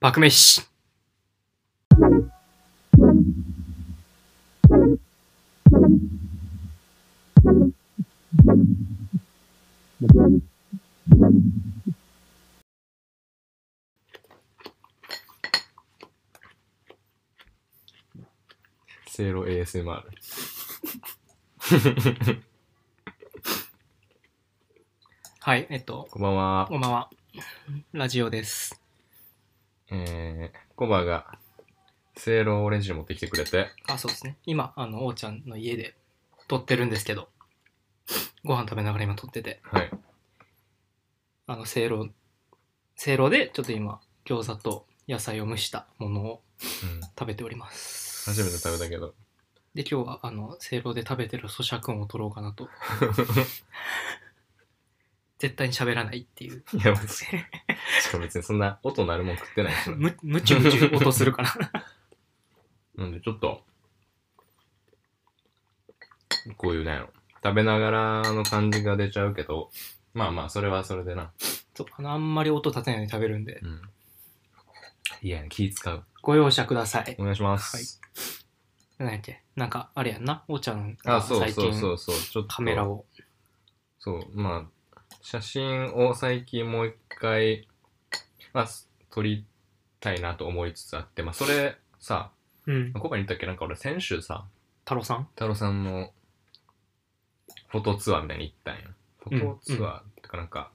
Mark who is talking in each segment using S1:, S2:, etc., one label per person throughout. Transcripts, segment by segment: S1: 爆飯。
S2: せいろ ASMR。
S1: はい、えっと、
S2: こんばんは
S1: こ。んばんは。ラジオです。
S2: えー、コバが、せいろオレンジ持ってきてくれて、
S1: あ、そうですね。今、あの、おーちゃんの家で撮ってるんですけど、ご飯食べながら今撮ってて、
S2: はい。
S1: あの、せいろ、せいろで、ちょっと今、餃子と野菜を蒸したものを
S2: うん、
S1: 食べております。
S2: 初めて食べたけど。
S1: で、今日は、あの、せいろで食べてる咀嚼音を撮ろうかな と。絶対に喋らないっていう。
S2: い や、マジで。しかも別にそんな音鳴るもん食ってないしな。
S1: む、むちゅむちゅ音するから。
S2: なんでちょっと、こういうなんやろ。食べながらの感じが出ちゃうけど、まあまあ、それはそれでな。
S1: そう、あの、あんまり音立てないように食べるんで、
S2: うん。いや、気使う。
S1: ご容赦ください。
S2: お願いします。
S1: なんやっけなんか、あれやんな。おーちゃん
S2: あ、
S1: が
S2: そう
S1: 最
S2: そうそ
S1: 近
S2: うそう。ちょっと。
S1: カメラを。
S2: そう、まあ、写真を最近もう一回、まあ、す撮りたいなと思いつつあって、まあ、それさ、
S1: うん。
S2: ここに言ったっけなんか俺先週さ、
S1: 太郎さん
S2: 太郎さんのフォトツアーみたいに行ったんや。フォトツアーってかなんか、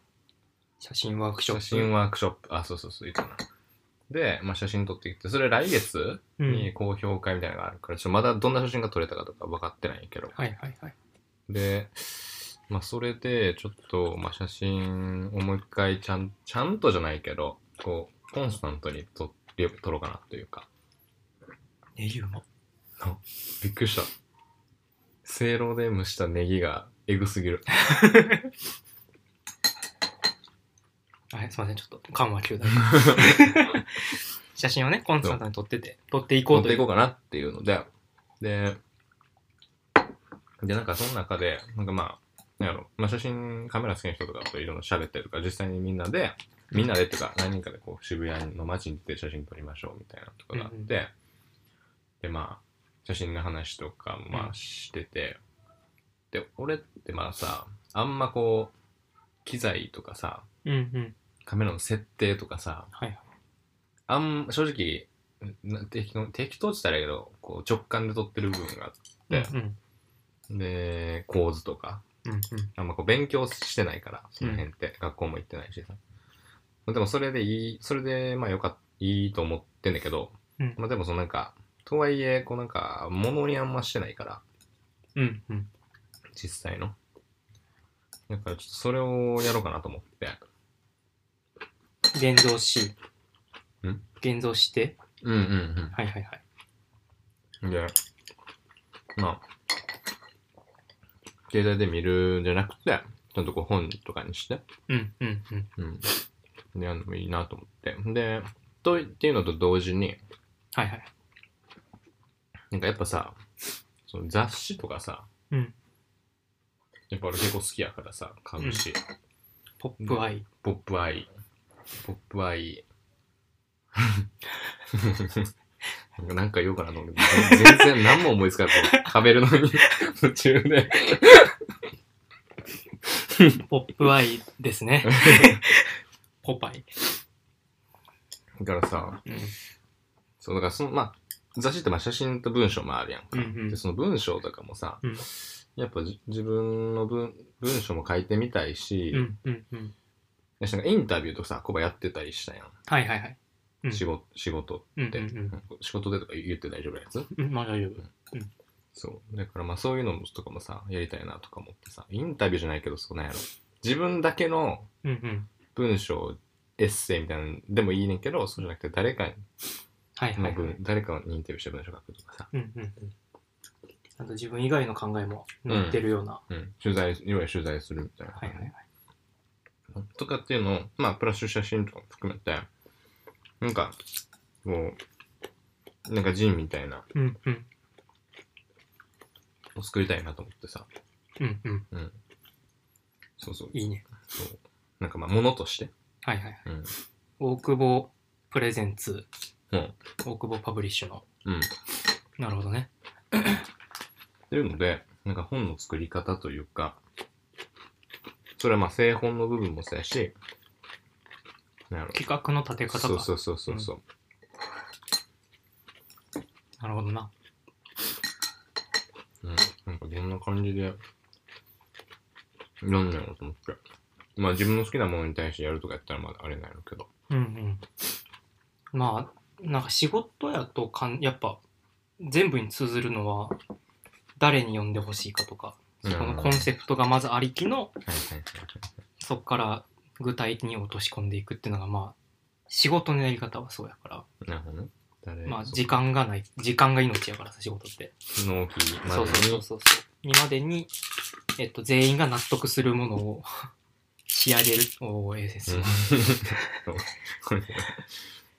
S1: 写真ワークショッ
S2: 写
S1: プ。
S2: 真ワークショップ、あ、そうそうそう、言ったな。で、まあ、写真撮ってきて、それ来月
S1: うん。は
S2: に
S1: い
S2: 公表会みたいなのがあるから、ちょっとまだどんな写真が撮れたかとか分かってないんやけど。
S1: はいはい。
S2: で、まあ、それで、ちょっと、まあ、写真をもう一回、ちゃん、ちゃんとじゃないけど、こう、コンスタントに撮り、撮ろうかなというか。
S1: ネギうま。
S2: びっくりした。せいろで蒸したネギが、えぐすぎる。
S1: はい、すいません。ちょっと、緩和 球だ。写真をね、コンスタントに撮ってて、撮っていこ
S2: 持
S1: う
S2: っ
S1: と
S2: て
S1: い
S2: いうこう。かなっていうので、で、で、なんか、その中で、なんかまあ、なんやろ、まあ、写真、カメラ好きな人とかといろいろ喋ってるから、実際にみんなで、みんなでっていうか、何人かでこう渋谷の街に行って写真撮りましょうみたいなとかがあって、
S1: うんうん
S2: で、まあ、写真の話とかもま
S1: うん
S2: あしてて、で、俺ってまあさ、あんまこう、機材とかさ、
S1: うんうん。
S2: カメラの設定とかさ、
S1: はいはい。
S2: あん正直、な適当適当って言ったらあれやけど、こう直感で撮ってる部分があっ
S1: うん
S2: て、
S1: うん。
S2: で、構図とか、
S1: うん
S2: あんまこう勉強してないから、その辺って、学校も行ってないしさ。でもそれでいい、それでまあよかっいいと思ってんだけど、
S1: うん
S2: まあでもそのなんか、とはいえ、こうなんか、物にあんましてないから、
S1: うん。うんうん。
S2: 実際の。だからちょっとそれをやろうかなと思って。
S1: 現像し。
S2: ん
S1: 現像して。
S2: うんうん
S1: はいはいはい。
S2: うん。で、まあ、携帯で見るんじゃなくて、ちゃんとこう本とかにして、
S1: うんうんうん。
S2: うん。で、やるのもいいなと思って。で、と、っていうのと同時に、
S1: はいはい。
S2: なんかやっぱさ、その雑誌とかさ、
S1: うん
S2: やっぱ俺結構好きやからさ、買うし、
S1: ポップアイ。
S2: ポップアイ、ポップアイ、 なんかなんか言おうかなと思って、全然何も思いつかず、食べるのに 途中で。
S1: ポップアイです ね。ポパイ。
S2: だからさ、
S1: うん
S2: そう、だからその、まあ、雑誌ってまあ写真と文章もあるやんか。
S1: うんうん
S2: で、その文章とかもさ、
S1: うん
S2: やっぱじ自分の文文章も書いてみたいし、
S1: うんうんうん。
S2: でなんかインタビューとかさ、コバやってたりしたやん。
S1: はいはいはい。うん
S2: 仕事、仕事
S1: うん
S2: って、うん仕事でとか言って大丈夫なやつ
S1: うんうん。まあ大丈夫。
S2: そう。だからまあそういうのとかもさ、やりたいなとか思ってさ、インタビューじゃないけど、そうなんやろ。自分だけの
S1: うんうん。
S2: 文章、エッセイみたいなのでもいいねんけど、そうじゃなくて誰かに、
S1: はいはい、
S2: ま
S1: は
S2: あ
S1: い。
S2: 文誰かにインタビューした文章書くとかさ、
S1: うんうんうん。ちゃんと自分以外の考えも載ってるような。
S2: うん、取材、要は取材するみたいな。
S1: はいはいはい。
S2: とかっていうのを、まあ、プラス写真とかも含めて、なんか、こう、なんかジンみたいな、
S1: うんうん。
S2: を作りたいなと思ってさ、
S1: うんうん。
S2: そうそう、
S1: いいね。
S2: そう。なんかまあ、ものとして、
S1: はいはいはい。
S2: うん。
S1: 大久保プレゼンツ、
S2: うん
S1: 大久保パブリッシュの。
S2: うん。
S1: なるほどね。
S2: っていうので、なんか本の作り方というか、それはまあ製本の部分もそうやし、なんやろ。
S1: 企画の立て方か。
S2: そうそうそうそうそう。
S1: なるほどな。
S2: うん、なんかどんな感じで、なんだろうと思って。まあ自分の好きなものに対してやるとかやったらまだあれなんやろうけど。
S1: うんうん。まあ、なんか仕事やとかん、やっぱ、全部に通ずるのは、誰に呼んでほしいかとか、そこのコンセプトがまずありきの、
S2: はいはいはい
S1: そこから具体に落とし込んでいくっていうのが、まあ、仕事のやり方はそうやから、
S2: はい。なるほどね。誰
S1: まあ、時間がない、時間が命やからさ、仕事って。
S2: 納期ま
S1: そうそう
S2: で
S1: そう
S2: に
S1: そう。にまでに、えっと、全員が納得するものを 仕上げる。おー、ええです
S2: う
S1: ね
S2: ん。そうこれね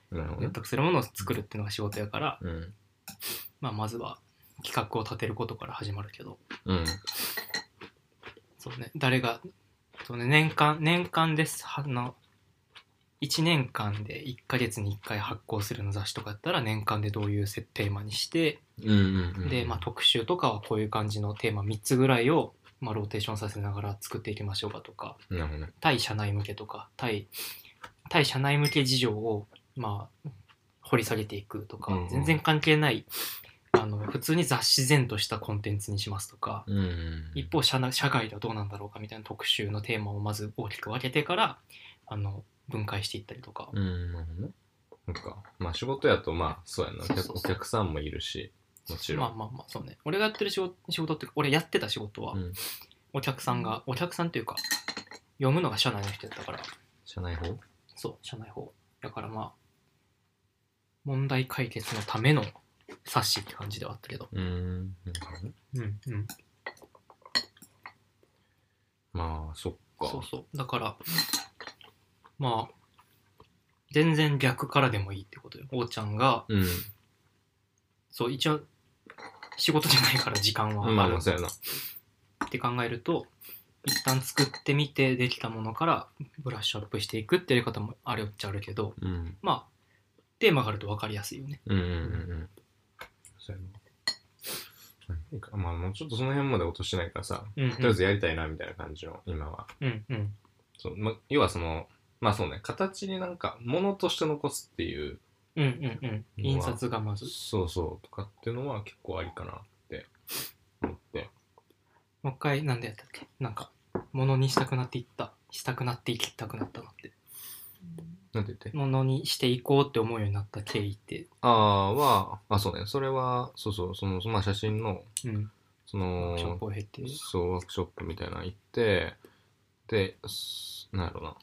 S2: なるほど
S1: 納
S2: ね。
S1: 得するものを作るっていうのが仕事やから、
S2: うん。
S1: まあ、まずは企画を立てることから始まるけど、
S2: うん。
S1: そうね、誰が、そうね、年間、年間です。はの、1年間で1ヶ月に1回発行するの雑誌とかやったら、年間でどういう設テーマにして、
S2: うんうんうん。
S1: で、まあ、特集とかはこういう感じのテーマ3つぐらいを、まあ、ローテーションさせながら作っていきましょうかとか、
S2: なるほどね。
S1: 対社内向けとか、対、対社内向け事情を、まあ、掘り下げていくとか、
S2: うんうん
S1: 全然関係ない、あの、普通に雑誌然としたコンテンツにしますとか、
S2: うんうん。
S1: 一方社内社外ではどうなんだろうかみたいな特集のテーマをまず大きく分けてからあの分解していったりとか、
S2: うん、なるほどね。なんか、まあ仕事やとまあそうやな。お
S1: そう
S2: 客
S1: そうそう
S2: お客さんもいるし、もちろ
S1: ま
S2: ん。
S1: あまあまあそうね俺がやってる仕事仕事っていうか俺やってた仕事は、
S2: うん
S1: お客さんがお客さんというか読むのが社内の人やったから
S2: 社内法
S1: そう社内法だからまあ問題解決のための冊子って感じではあったけど
S2: うん。なるほどね。
S1: うんうん
S2: まあ、そっか。
S1: そうそうだからまあ全然逆からでもいいってことよおーちゃんが
S2: うん。
S1: そう一応仕事じゃないから時間は
S2: ま
S1: あ
S2: あ
S1: る
S2: まあ、そう
S1: っ
S2: やな。
S1: て考えると一旦作ってみてできたものからブラッシュアップしていくっていうやり方もあるっちゃあるけど
S2: うん。
S1: まあテーマがあると分かりやすいよね
S2: うんうんうんうん。そうやな。なんかまあ、もうちょっとその辺まで落としてないからさ、
S1: うんうん
S2: とりあえずやりたいなみたいな感じの、今は。
S1: うんうん
S2: そうま、要はその、まあそうね、形になんか、ものとして残すっていう、
S1: うんうんうん印刷がまず、
S2: そうそう、とかっていうのは結構ありかなって思って。
S1: もう一回なんでやったっけなんか物にしたくなっていったしたくなっていきたくなったのって
S2: なんて言って
S1: 物にしていこうって思うようになった経緯って
S2: ああは、あ、そうね、それは、そうそう、その、まあ写真の、
S1: うん
S2: そ
S1: シ
S2: の、
S1: ョップを経て
S2: そう、ワークショップみたいなの行って、で、すなんやろな。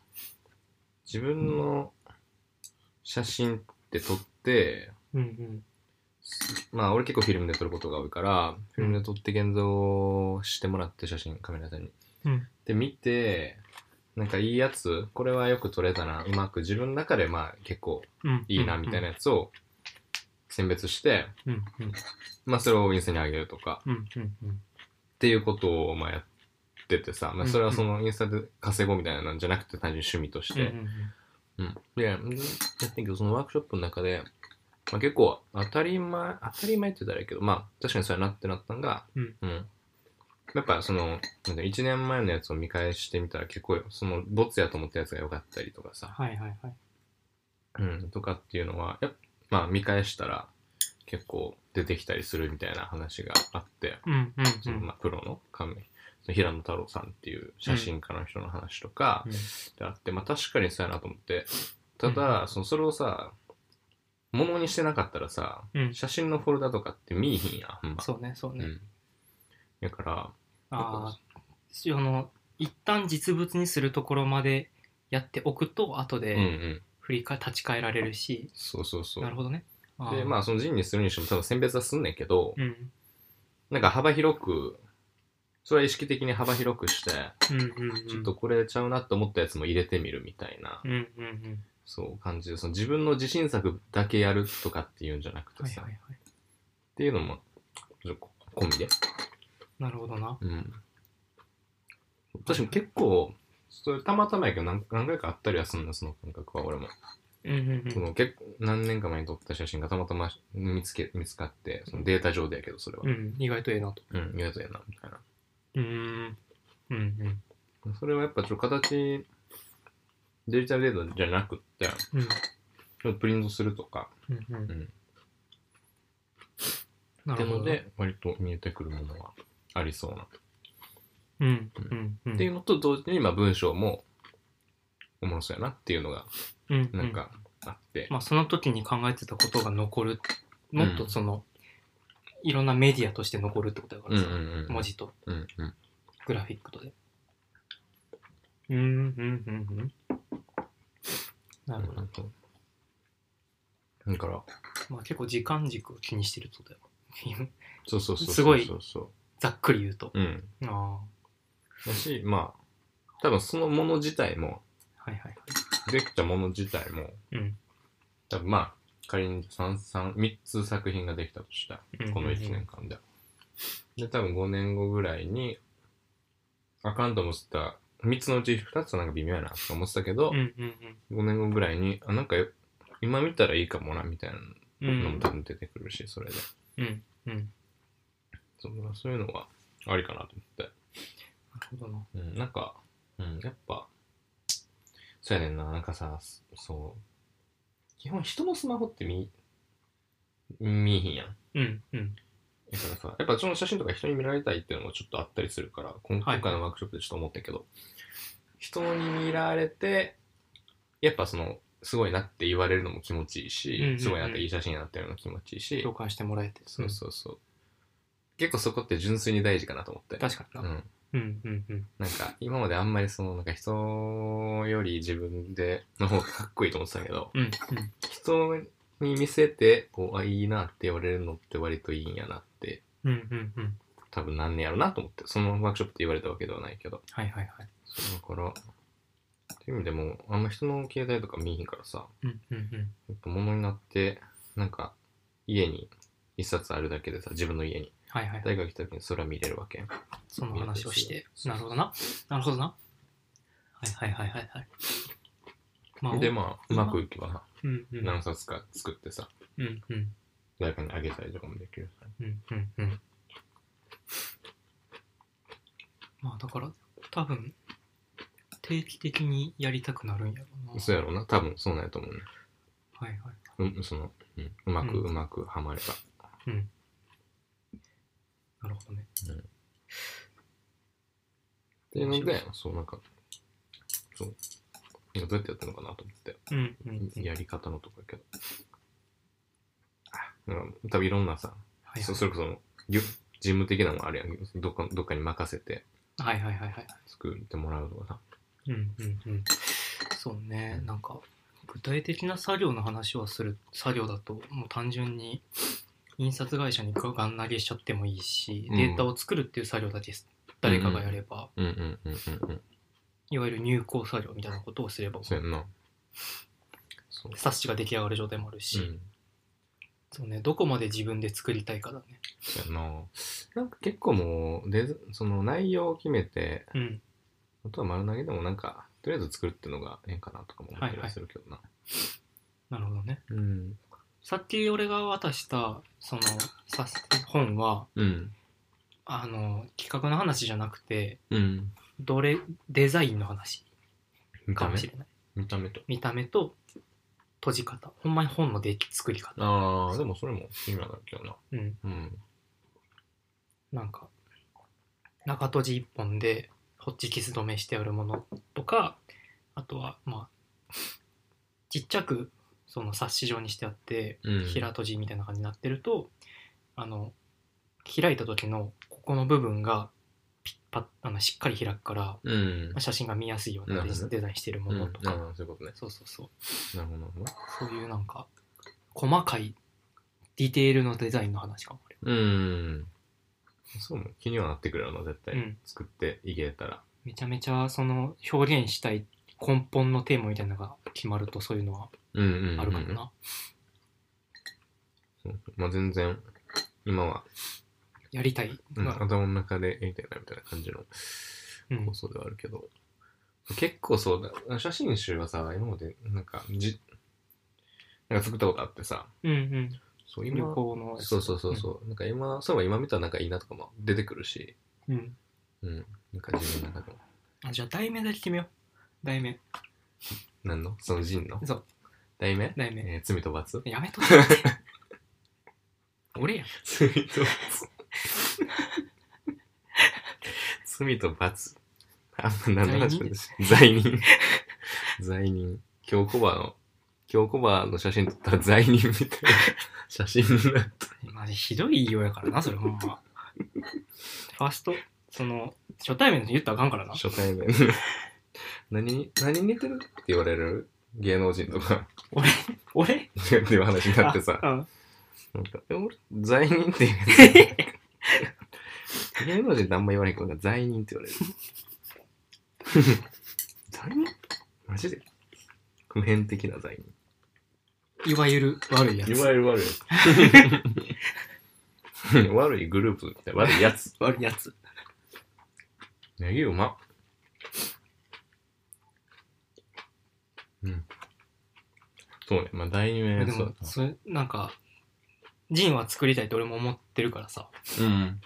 S2: 自分の写真って撮って、
S1: うん
S2: すまあ俺結構フィルムで撮ることが多いから、フィルムで撮って現像してもらって写真、カメラさんに。
S1: うんうん
S2: で、見て、なんかいいやつ、これはよく撮れたな、うまく自分の中でまあ結構
S1: うん
S2: いいなみたいなやつを選別して、
S1: うんうん
S2: まあそれをお店にあげるとか、
S1: うんうんうん
S2: っていうことをまあやっててさ、まあ、それはそのインスタで稼ごうみたいなんじゃなくて単純に趣味とし
S1: うんう
S2: て、
S1: ん
S2: うんでやってんけどそのワークショップの中で、まあ、結構当たり前当たり前って言ったらあれやけどまあ確かにそうやなってなったんが、
S1: うん
S2: やっぱその1年前のやつを見返してみたら結構そのボツやと思ったやつが良かったりとかさ、
S1: はいはいはい
S2: うん、とかっていうのはやっまあ見返したら結構出てきたりするみたいな話があって、
S1: うんうん
S2: そのまあプロの亀その平野太郎さんっていう写真家の人の話とか
S1: うん
S2: であって、まあ確かにそうやなと思ってただ、そのそれをさものにしてなかったらさ
S1: うん、うん
S2: 写真のフォルダとかって見えひんやんほんま
S1: そうねそうね、
S2: うんだから
S1: ああその一旦実物にするところまでやっておくと後
S2: うんう
S1: で
S2: ん
S1: 振りか立ち返られるし、
S2: そうそうそう
S1: なるほどね
S2: でまあその人にするにしても多分選別はすんねんけど、
S1: うん
S2: なんか幅広くそれは意識的に幅広くして、
S1: うんうんうん
S2: ちょっとこれちゃうなって思ったやつも入れてみるみたいな
S1: うんうんうん
S2: そう感じでその自分の自信作だけやるとかっていうんじゃなく
S1: は
S2: て
S1: い
S2: さ、
S1: はいはい
S2: っていうのもちょっと込みで、
S1: なるほどな
S2: うん、私も結構それたまたまやけど何何回かあったりはすんなその感覚は俺も
S1: うんうん
S2: そ
S1: うん
S2: の結構何年か前に撮った写真がたまたま見つけ見つかってそのデータ上でやけどそれは
S1: うん意外とええなと
S2: うん意外とやなみたいな
S1: うんうんうん
S2: それはやっぱちょっと形デジタルデータじゃなくって
S1: うん
S2: ちょっとプリントするとか
S1: うんうん
S2: うん
S1: な
S2: って
S1: るほ
S2: の
S1: ど
S2: で割と見えてくるものはありそうな、
S1: うんうんうん
S2: っていうのと同時にまあ文章もおもろそうやなっていうのが
S1: うんうん
S2: なんかあって、
S1: まあ、その時に考えてたことが残るもっ
S2: う
S1: と
S2: ん
S1: その、いろんなメディアとして残るってことだから
S2: うん
S1: さ、
S2: うんうん
S1: 文字と
S2: うんうん
S1: グラフィックとでうんうんうんうんなるほど、
S2: だから
S1: まあ、結構時間軸を気にしてるってことだよ
S2: そうそうそうそう
S1: すごい
S2: そうそ
S1: ざっくり言うと
S2: ううん
S1: あ
S2: だしまあ多分そのもの自体も
S1: あはいはい
S2: できたもの自体も
S1: うん
S2: 多分まあ仮に 3, 三3つ作品ができたとした
S1: うんうん
S2: この1年間で。で、多分5年後ぐらいに、あかんと思ってた、3つのうち2つはなんか微妙やなと思ってたけど
S1: う、んうん
S2: 5年後ぐらいに、あ、なんかよ今見たらいいかもな、みたいな
S1: うんう
S2: のも
S1: ん
S2: 多分出てくるし、それで。
S1: うんうん
S2: そうそういうのはありかなと思って。
S1: なるほどな
S2: うん、なんか、うん、やっぱ、そうやねんな、なんかさ、そそう、基本人のスマホって見、見えへんやん。
S1: うんうん
S2: だからさ、やっぱその写真とか人に見られたいっていうのもちょっとあったりするから、今
S1: はい
S2: 今回のワークショップでちょっと思ったけど、人に見られて、やっぱその、すごいなって言われるのも気持ちいいし、
S1: うんうんうん
S2: すごいなっていい写真やなっていうのも気持ちいいし
S1: 共、感してもらえて
S2: そうそうそう。結構そこって純粋に大事かなと思って。
S1: 確かに
S2: う
S1: な、
S2: ん。
S1: うん、うんうん
S2: なんか、今まであんまりその、なんか人より自分で、の方がかっこいいと思ってたけど、
S1: うんうん
S2: 人に見せて、こう、あ、いいなって言われるのって割といいんやなって
S1: うんうんうん
S2: 多分なんねやろなと思って、そのワークショップって言われたわけではないけど。
S1: はいはいはい
S2: そうだから、っていう意味でも、あんま人の携帯とか見えへんからさ、
S1: うんうんうん
S2: やっぱ物になって、なんか、家に一冊あるだけでさ、自分の家に。
S1: はいはいはい。
S2: 大学来た時に空見れるわけ。
S1: その話をして。
S2: そう
S1: なるほどな。なるほどな。はいはいはいはいはい。ま
S2: で、まあ、うまくいけばさ、
S1: うんうん。
S2: 何冊か作ってさ、
S1: うんうん
S2: 誰かにあげたりとかもできるさ。
S1: うんうんうん。まあだから、多分、定期的にやりたくなるんやろうな。
S2: そうやろうな、多分そうなんやと思うね。
S1: はいはい。
S2: うん、その、うん、うまく
S1: うん
S2: うまくはまれば。
S1: なるほどね。
S2: っていうので、そう、なんか、そう、なんかどうやってやったのかなと思って。
S1: うんうんうん。
S2: やり方のとこやけど。あなんか多分いろんなさ、
S1: はい
S2: そそれこそゆ事務的なのもあるやんどっか。どっかに任せて
S1: はいはいはいはい。
S2: 作ってもらうとかさ。
S1: うんうんうん。そうね、なんか具体的な作業の話をする作業だともう単純に印刷会社にガン投げしちゃってもいいし、
S2: うん
S1: データを作るっていう作業だけ誰かがやれば、
S2: うんうんうんうんうん。
S1: いわゆる入稿作業みたいなことをすれば
S2: そうやんな。そう。
S1: 冊子が出来上がる状態もあるし、
S2: うん。
S1: そうね、どこまで自分で作りたいかだね。
S2: そうやんな。なんか結構もう、でその内容を決めて、
S1: うん、
S2: あとは丸投げでもなんか、とりあえず作るっていうのがええかなとかも思ったりはするけどな。
S1: なるほどね。
S2: うん。
S1: さっき俺が渡したそのさ本は
S2: うん。
S1: あの企画の話じゃなくて
S2: うん。
S1: どれデザインの話
S2: 見
S1: か
S2: た
S1: も
S2: 目
S1: しれない。
S2: 見た目と。
S1: 見た目と閉じ方ほんまに本の出来作り方
S2: ああ、でもそれも意味なんだけどな。
S1: うん
S2: うん。
S1: なんか中閉じ一本でホッチキス止めしてあるものとかあとはまあちっちゃくその冊子状にしてあって
S2: うん。
S1: 平閉じみたいな感じになってると、あの開いた時のここの部分がピッパッあのしっかり開くからま
S2: うん
S1: あ。写真が見やすいよう
S2: な
S1: な
S2: る
S1: デ
S2: ほど
S1: ザ
S2: ね
S1: デザインしてるものとか、
S2: うん、あーそういうことね。
S1: そうそうそう
S2: なるほどなるほど。
S1: そういうなんか、細かいディテールのデザインの話かも。俺
S2: うん。そうも気にはなってくるよな、絶対。
S1: うん。
S2: 作っていけたら。
S1: めちゃめちゃ、その、表現したい根本のテーマみたいなのが決まると、そういうのは
S2: うんうんうん、うん。
S1: あるかもな。
S2: そうまあ全然、今は、
S1: やりたい。
S2: うん、
S1: まあ
S2: 頭の中でやりたいな、みたいな感じの
S1: うん
S2: 構。想ではあるけど。結構そうだ。写真集はさ、今まで、なんか、じ、なんか作ったことあってさ、
S1: うんうん。
S2: そう
S1: 旅
S2: 今、
S1: 行のやつ。
S2: そうそうそうそう、なんか今、そういえば今見たらなんかいいなとかも出てくるし、
S1: うん。うん。
S2: うん、なんか自分の中でも、
S1: あじゃあ、題名だけ決めよう。題名。
S2: 何のその人の
S1: そう、
S2: 題名
S1: 題名。
S2: えー、罪と罰
S1: やめとけ って。俺やん。
S2: 罪と罰 罪と罰あんま何の話
S1: 罪人
S2: で罪人罪人京コバの京コバの写真撮ったら罪人みたい な写真になっ
S1: マジひどい言いようやからな、それほんま。ファースト、その、初対面の人言ったらあかんから
S2: た
S1: な。
S2: 初対面何に何に似てるって言われる芸能人とか
S1: 俺
S2: っていう話になってさ
S1: あうん
S2: なんかえ俺罪人って言う 芸能人ってあんま言われへんから罪人って言われる罪人マジで普遍的な罪
S1: いわゆる悪いや
S2: 人
S1: つ。
S2: わゆる悪いやつ 悪いグループみたいな悪いやつ
S1: 悪いやつ。
S2: ネギうまっうんそうねまあ題
S1: で
S2: 名そ
S1: も
S2: う、
S1: それ、なんか、ジンは作りたいって俺も思ってるからさ。
S2: うん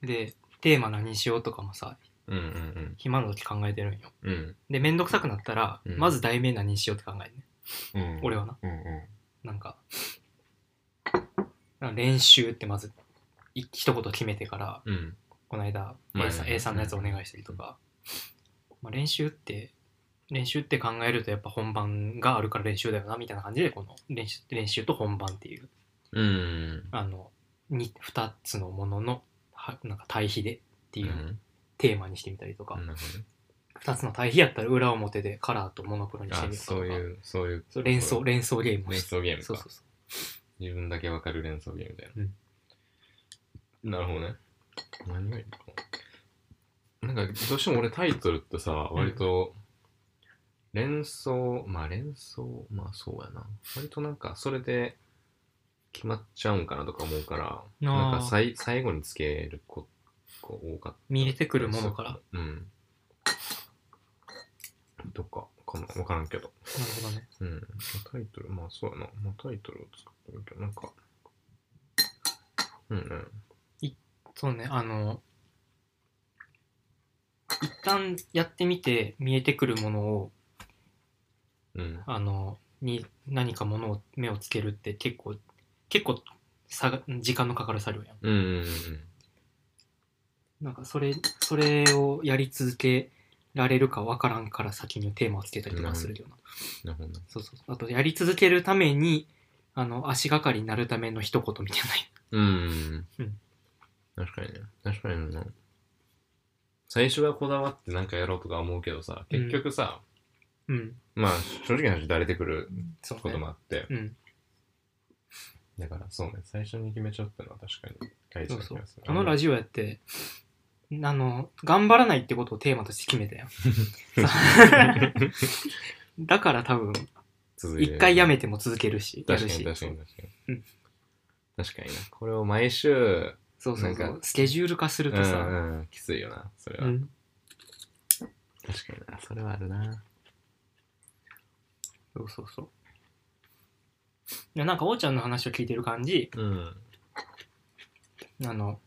S1: で、テーマ何にしようとかもさ、
S2: うんうん
S1: 暇の時考えてるんよ。
S2: うんうん
S1: で、めんどくさくなったら、
S2: うん
S1: まず題名何にしようって考えるね。
S2: うん
S1: 俺はな。
S2: うんうん
S1: なんか、なんか練習ってまず、い一言決めてから、
S2: うん
S1: この間
S2: はい
S1: A さん A さんのやつお願いしたりとか、まあ、練習って練習って考えるとやっぱ本番があるから練習だよなみたいな感じでこの練習練習と本番っていう
S2: うん
S1: あの 2, 二つのもののはなんか対比でって
S2: う
S1: いうんテーマにしてみたりとか、
S2: なるほどね
S1: 2つの対比やったら裏表でカラーとモノクロにして
S2: あ
S1: みるとか
S2: そういうそういう
S1: そう連想連想ゲームを
S2: 連
S1: して
S2: 想ゲーム
S1: そう
S2: か
S1: そうそ
S2: 自分だけわかる連想ゲームみたいな、なるほどね何がいいかななんかどうしても俺タイトルってさ
S1: ん
S2: 割と連想まあ連想まあそうやな割となんかそれで決まっちゃうんかなとか思うから
S1: う
S2: なんか
S1: なあ
S2: さい最後につける子が多かった
S1: 見えてくるものからな
S2: うんとかかな分からんけど
S1: るほどね
S2: うん、まあタイトル、まあそうやな。まあタイトルを作ってみるけど、なんか、うんうん。
S1: そうね、あの、一旦やってみて見えてくるものを、
S2: うん、
S1: あの、に何かものを目をつけるって結構、結構差が時間のかかる作業やん。
S2: うんうん
S1: なんかそれ、それをやり続けられるかわからんから先にテーマをつけたりとかするような。
S2: うん。なるほどね。
S1: そうそう。あと、やり続けるために、あの、足がかりになるための一言みたい
S2: うんうんう
S1: うんん。
S2: 確かにね。確かにな。最初はこだわってなんかやろうとか思うけどさ、結局さ、
S1: な。 うん。
S2: まあ正直な話、だれてくる
S1: そう
S2: こと
S1: ね。
S2: もあって、
S1: うん。
S2: だからそうね、最初に決めちゃったのは確かに大
S1: そ
S2: 事
S1: う
S2: な気
S1: そう
S2: がする。。
S1: このラジオやって、あの、頑張らないってことをテーマとして決め たやん。 だから多分、
S2: 続いて
S1: 一回やめても続けるし、や
S2: 確
S1: る
S2: かに
S1: し。
S2: 確かに確か
S1: う
S2: に
S1: ん。
S2: 確かにな。これを毎週、
S1: そうそうそ
S2: なんか
S1: う。スケジュール化すると
S2: う
S1: さ、
S2: んうん、きついよなそれ
S1: う
S2: は、
S1: ん。
S2: 確かになそれはあるな
S1: そうそうそう。いやなんか、おーちゃんの話を聞いてる感じ、
S2: うん
S1: あの、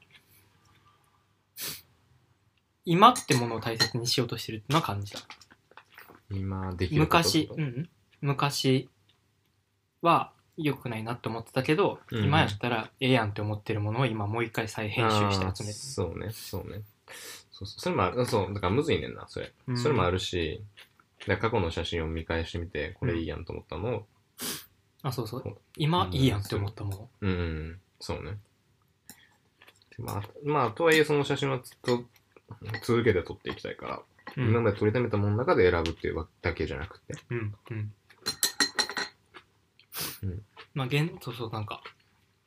S1: 今ってものを大切にしようとしてるってのは感じた。
S2: 今できること
S1: 昔、うんうん、昔は良くないなって思ってたけど、
S2: うん
S1: 今やったらええやんって思ってるものを今もう一回再編集して集め
S2: あーそうねそうねそうそうそれもあるそうだからむずいねんなそれ、
S1: る。
S2: それもあ
S1: る。
S2: るしだから過去の写真を見返してみてこれいいやんと思ったのを
S1: あ、そうそう。今いいやんって思ったもの。
S2: うん、そうねでまあ、まあ、とはいえその写真はずっと続けて撮っていきたいから、
S1: うん
S2: 今まで撮りためたものの中で選ぶっていうだけじゃなくて
S1: うんうん
S2: うん
S1: まあ現そうそうなんか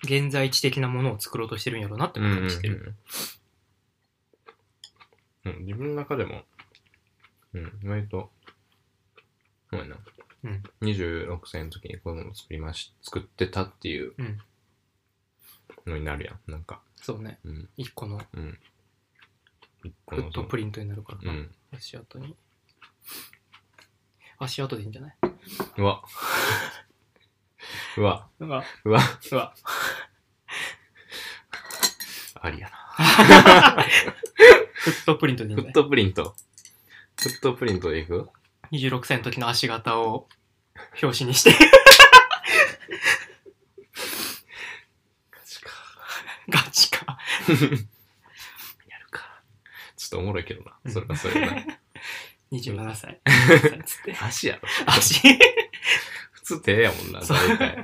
S1: 現在地的なものを作ろうとしてるんやろうなって感じしてる、
S2: うんうんうんうん自分の中でも、うん、意外と、そうやな。
S1: うん
S2: 26歳の時にこういうのを作りまし、作ってたっていう
S1: うん
S2: のになるやん。なんか、
S1: そうね
S2: うん、
S1: 一個の
S2: うん。一個
S1: フッ
S2: の
S1: トプリントになるから
S2: う
S1: な、
S2: ん。
S1: 足跡に足跡でいいんじゃないう
S2: わ。 うわ、
S1: うわ、
S2: うわ、
S1: うわ。
S2: ありやな。
S1: フットプリントでいいん
S2: フ
S1: だ
S2: ッ
S1: ね。
S2: トプリント。フットプリントでいく
S1: 26歳の時の足型を 表紙にして、
S2: ガチか。
S1: ガチか。
S2: やるか。ちょっとおもろいけどな
S1: う。ん
S2: それはそ れでな。
S1: 27歳。27歳つって。
S2: 足やろ。
S1: 足
S2: 普通手やもんな、
S1: そう
S2: 大体。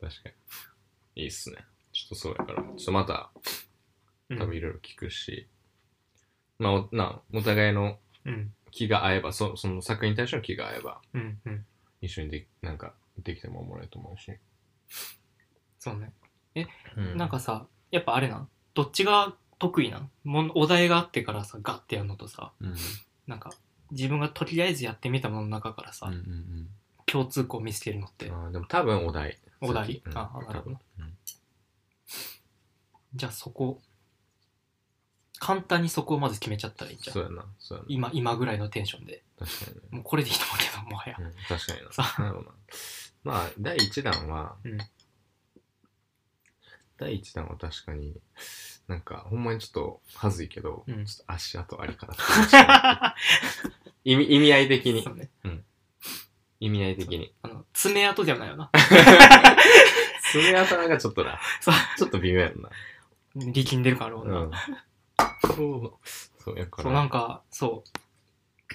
S2: 確かに。いいっすね。ちょっとそうやから。ちょっとまた、
S1: う
S2: 多分
S1: ん。
S2: いろいろ聞くし。まあ、おな、お互いの
S1: うん。
S2: 気が合えば、そその作品に対しての気が合えば、
S1: うん。うん。
S2: 一緒にでき、なんか、できてもおもろいと思うし。
S1: そうね。
S2: う
S1: なんかさ、やっぱあれなんどっちが得意なんもんお題があってからさ、ガッてやるのとさ、
S2: うん、
S1: なんか、自分がとりあえずやってみたものの中からさ、
S2: うんうん
S1: 共通項を見つけるのっ
S2: う
S1: て
S2: ん。あーでも多分お題。
S1: お題
S2: 先うん
S1: あーなるほど
S2: 多分
S1: じゃあそこ、簡単にそこをまず決めちゃったらいいんじゃ
S2: そ
S1: ん。
S2: うやな。そうやな。
S1: 今、今ぐらいのテンションで。
S2: 確かにね。
S1: もうこれでいいと思うけど、もはや。
S2: うん、確かにな。
S1: さ
S2: なるほどな。まあ、第1弾は、
S1: うん
S2: 第1弾は確かに、なんか、ほんまにちょっと、はずいけど、
S1: うん
S2: ちょっと足跡ありかなって思いましたね 意味、意味合い的に
S1: そ。うね。
S2: 意味合い的に。
S1: あの、爪痕ではないよな。
S2: 爪痕なんかちょっとな
S1: そう、
S2: ちょっと微妙やんな。
S1: 力んでるから、俺
S2: うん
S1: は。。
S2: そう、そうやから。
S1: そう、なんか、そう。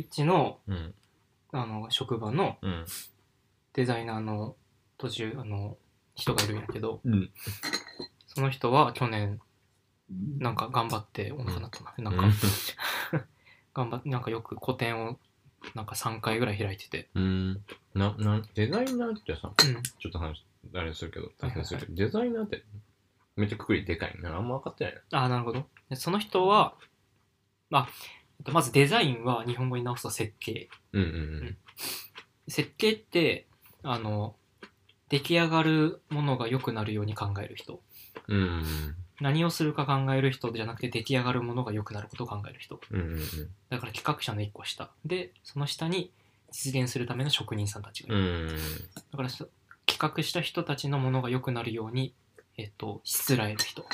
S1: うちの、
S2: うん、
S1: あの、職場の
S2: うん、
S1: デザイナーの途中、あの、人がいるんやけど、
S2: うん。
S1: その人は去年、なんか頑張って、お腹鳴ったな。なんか、頑張って、なんかよく個展を、なんか3回ぐらい開いてて。
S2: うん。な、な、デザイナーってさ、
S1: うん。
S2: ちょっと話、あれするけど、
S1: はいはいはい
S2: 大変するけど、デザイナーって、めっちゃくくりでかいね。あんま分かってないな。
S1: ああ、なるほど。でその人は、まあ、えっとまずデザインは日本語に直すと設計。
S2: うんうん
S1: 設計って、あの、出来上がるものが良くなるように考える人。
S2: うん。うん
S1: 何をするか考える人じゃなくて出来上がるものが良くなることを考える人。
S2: うんうん。
S1: だから企画者の一個下。で、その下に実現するための職人さんたちがいる
S2: うんうんうん。
S1: だからそ企画した人たちのものが良くなるように、えっと、しつらえる人。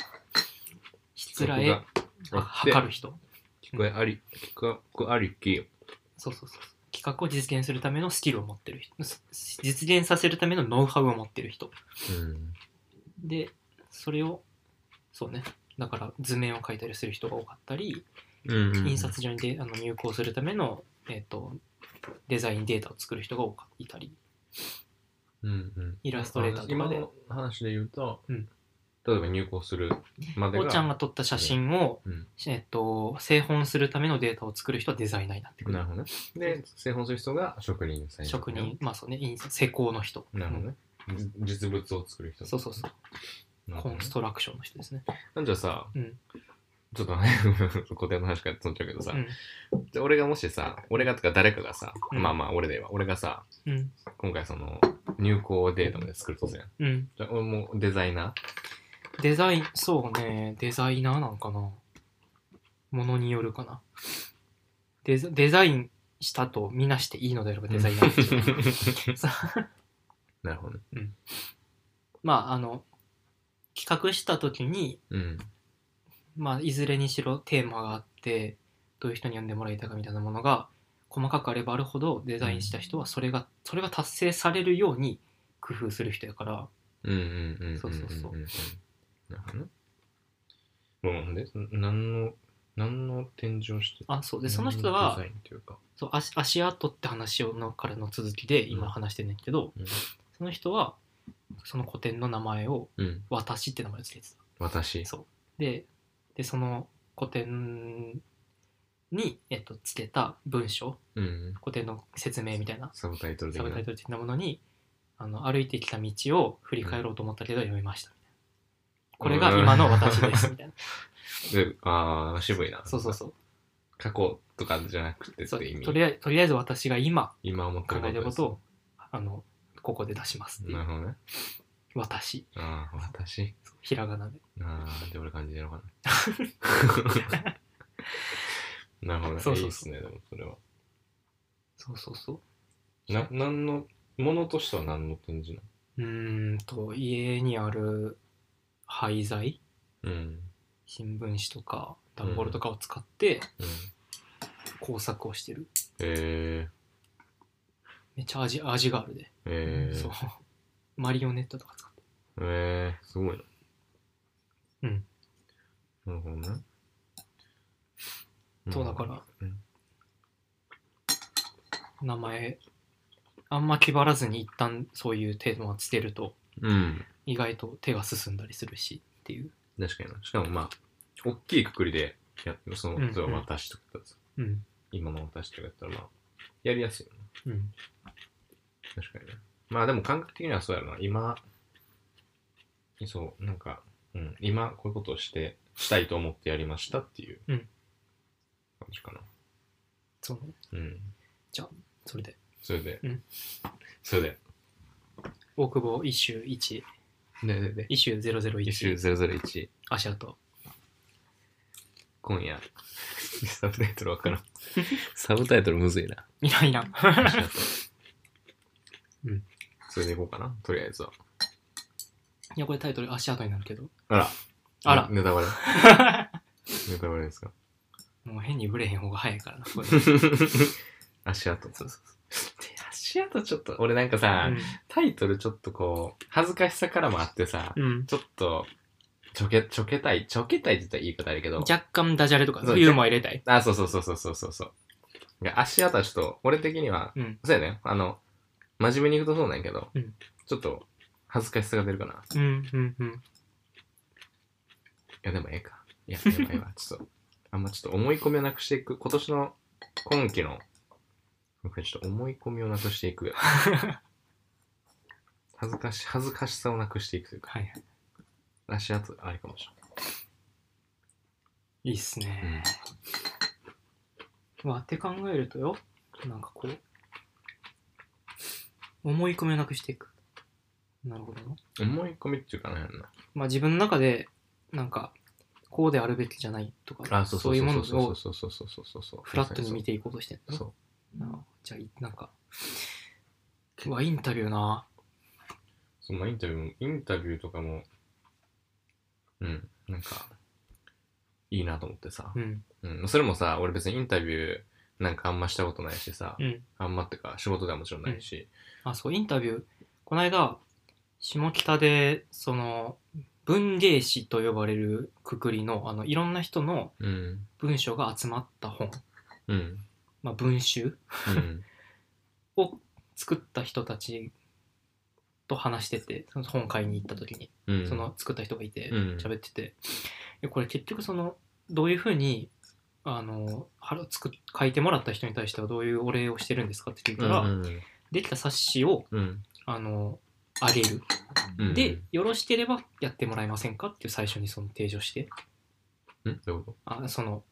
S1: しつらえ、あ
S2: そこがあって
S1: 測る人。
S2: 企画あり、企画ありき、
S1: そうそうそう。企画を実現するためのスキルを持ってる人。す実現させるためのノウハウを持ってる人。
S2: うん。
S1: で、それを、そうね。だから図面を描いたりする人が多かったり、
S2: うんうんうん
S1: 印刷所にであの入稿するための、えっと、デザインデータを作る人が多かいたり、
S2: うんうん。
S1: イラストレーターとか
S2: 今
S1: で、
S2: の話で言うと、
S1: うん
S2: 例えば入稿するまで
S1: お
S2: が、
S1: ーちゃんが撮った写真を、
S2: うん
S1: えっと、製本するためのデータを作る人はデザイナーになってくる。
S2: なるほどね。で、製本する人が職人さん。
S1: 職人。、まあそうね、印刷施工の人。
S2: なるほどね。じ実物を作
S1: う
S2: る人。
S1: んそうそうそう、
S2: な
S1: コ
S2: るほど
S1: ン
S2: ね
S1: ストラクションの人ですね。
S2: なんじゃさ、
S1: うん
S2: ちょっとね、 古典の話から飛んじゃうけどさ、で俺がもしさ、俺がとか誰かがさ、
S1: うん
S2: まあまあ俺では、俺がさ、
S1: うん、うん、
S2: 今回その入稿データまで作るとするやん。
S1: うん。
S2: じゃあ俺もデザイナ
S1: デザイン、そうね、デザイナーなんかな。ものによるかな。デザデザインしたとみなしていいのであればデザイナ ー。
S2: ー
S1: さ
S2: なるほどね。
S1: まあ、あの、企画した時に、
S2: うん。
S1: まあ、いずれにしろテーマがあってどういう人に読んでもらいたいかみたいなものが細かくあればあるほどデザインした人はそれがそれが達成されるように工夫する人やから
S2: うんうんうんんんんん。
S1: そうそうそう
S2: なるほどね。もうほんで、何の、何の展示をして
S1: あそうでその人
S2: 何の
S1: は
S2: デザインっていうか。
S1: そう足足跡って話をのからの続きで今
S2: うん
S1: 話してんねんけど、
S2: うん
S1: その人はその古典の名前を
S2: うん。
S1: 「私」って名前を付けてた
S2: 私。
S1: そうででその古典に、えっと、つけた文章
S2: うん。
S1: 古典の説明みたいな
S2: サブタイトル的
S1: サ
S2: な
S1: ブタイトル的なものにあの歩いてきた道を振り返ろうと思ったけど読めましたみたいなこれが今の私 ですみたいな
S2: でああ、渋いな。
S1: そうそうそう
S2: 過去とかじゃなくてって
S1: そう
S2: 意味。
S1: とりあえとりあえず私が今
S2: 今思って
S1: 考
S2: る
S1: えた
S2: で
S1: こ
S2: す
S1: とをあのここで出しますってい
S2: なる
S1: う
S2: ほどね。
S1: 私
S2: ああ、私。
S1: ひらがなで
S2: ああ、で俺感じでやろうかな。なるほど ね。
S1: そうそうそう
S2: いいっすね、でもそれは。
S1: そうそうそう
S2: な、何のものとしては何の展示
S1: うーんと家にある廃材
S2: なのうん。
S1: 新聞紙とか段ボールとかを使って
S2: うん。
S1: 工作をしてる、
S2: え
S1: めっちゃ味味があるで、
S2: ー、えー、
S1: そうマリオネットとか使って
S2: えー、すごいな。
S1: うん。
S2: なるほどね。
S1: そうだから、
S2: うん
S1: 名前あんま気張らずに一旦そういうテーマを捨てると
S2: ら。うん。
S1: 意外と手が進んだりするしっていう
S2: 確かにな。しかもまあ、大きいくくりでやって、その、
S1: うん
S2: 例えば私とかだと
S1: うん
S2: 今の私とかやったらまあ、やりやすいよね。
S1: うん
S2: 確かにね。まあでも感覚的にはそうやろな。今、そう、なんか、うん、今こういうことをして、したいと思ってやりましたっていう
S1: う
S2: 感
S1: ん
S2: じかな。
S1: そうね
S2: うん。
S1: それで
S2: それで、
S1: うん
S2: それで、
S1: 大久保一周一
S2: ねねね、
S1: 一周ゼロゼロ
S2: 一周
S1: 一
S2: 001、
S1: 足跡
S2: 今夜、サブタイトル わからん。サブタイトルむずいな。
S1: い らんいらんうん
S2: それでいこうかな、とりあえずは。
S1: いやこれタイトル足跡になるけど
S2: あら、
S1: あら
S2: ネ タバレ。ネタバレですか。
S1: もう変にブレへん方が早いからなこ れ
S2: 足跡。そうそう足跡ちょっと、俺なんかさ、タイトルちょっとこう、恥ずかしさからもあってさ、
S1: うん、うん
S2: ちょっと、ちょけ、ちょけたい、ちょけたいって言ったら言い方あるけど、
S1: 若干ダジャレとか
S2: そう
S1: ユーモア入れたい
S2: あ、そうそうそうそうそうそうそう。いや足跡はちょっと、俺的には、
S1: うん
S2: そうやね、あの、真面目にいくとそうなんやけど、
S1: うん
S2: ちょっと、恥ずかしさが出るかな。い
S1: うんうんうん
S2: や、でもええか。いや、でも ええわ。ちょっと、あんまちょっと思い込みをなくしていく。今年の、今期の、僕ちょっと思い込みをなくしてい く。恥ずかし、恥ずかしさをなくしていくというか、
S1: はいはい
S2: 足跡、あれかもし
S1: いいっす
S2: れない
S1: ね、。まあって考えるとよなんかこう思い込みをなくしていくなるほどな
S2: うん。思い込みっていうかなんやろな。
S1: まあ自分の中でなんかこうであるべきじゃないとかそういうものを
S2: そうそうそうそうそうそう。
S1: フラットに見ていこうとしてる
S2: そう。
S1: なじゃあなんかうわインタビューな
S2: そのインタビューも、インタビューとかも、うん、なんか、いいなと思ってさ
S1: う。ん
S2: うん、それもさ、俺別にインタビューなんかあんましたことないしさ
S1: う、ん
S2: あんまってか、仕事ではもちろんないし、
S1: あそうインタビューこの間下北でその文芸誌と呼ばれるくくりのあのいろんな人の
S2: うん、
S1: 文章が集まった本、
S2: うん、
S1: まあ、文集
S2: うん、
S1: を作った人たちと話しててその本買いに行った時に
S2: う ん、
S1: その作った人がいて
S2: うん
S1: 喋ってて、でこれ結局そのどういうふうにあのは作っ書いてもらった人に対してはどういうお礼をしてるんですかって聞いたら、
S2: うん、うん
S1: できた冊子を
S2: うん、
S1: あのあげる、
S2: うん、
S1: でよろしければやってもらえませんかっていう最初にその提示をして
S2: うん、んどういうこ
S1: あその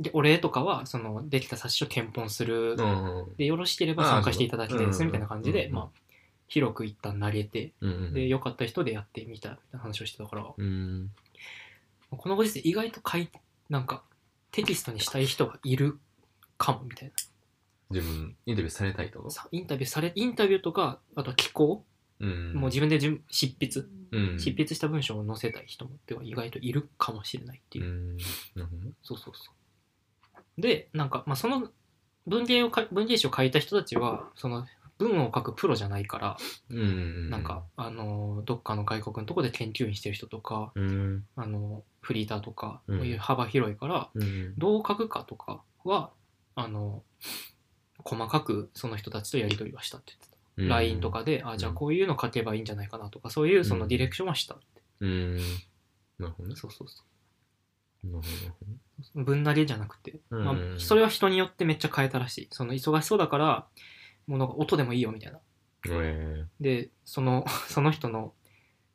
S1: でお礼とかはそのできた冊子を検本する、
S2: とうん、
S1: でよろしければ参加していただきたいで
S2: ああそ
S1: す
S2: う
S1: みたいな感じで、
S2: うん
S1: まあ、広く一旦投げて
S2: うん、
S1: で良かった人でやってみたみたいな話をしてたから、
S2: うん、
S1: このご時世意外とかいなんかテキストにしたい人がいるかもみたい
S2: 自分、インタビューされたいってこ
S1: な
S2: と
S1: さインタビューされインタビューとかあとは寄稿、
S2: うん、
S1: もう自分で自執筆、
S2: うん、
S1: 執筆した文章を載せたい人もっては意外といるかもしれないっていう、
S2: うん、なるほどね
S1: そうそうそうでなんか、まあ、その文芸をか文芸誌を書いた人たちはその文を書くプロじゃないから、
S2: うんうん、
S1: なんか、あのどっかの外国のとこで研究員してる人とか、
S2: うん、
S1: あのフリーターとか、
S2: うん
S1: そういう幅広いから
S2: うん、
S1: どう書くかとかはあの細かくその人たちとやり取りはしたって言ってた、
S2: うん
S1: LINE とかであじゃあこういうの書けばいいんじゃないかなとかそういうそのディレクションはしたって、
S2: うん。なるほどね。
S1: そうそうそ
S2: なるほどね。
S1: う分なりじゃなくて、
S2: うん
S1: まあ、それは人によってめっちゃ変えたらしいその忙しそうだからもうなんか音でもいいよみたいな
S2: え
S1: でそのその人の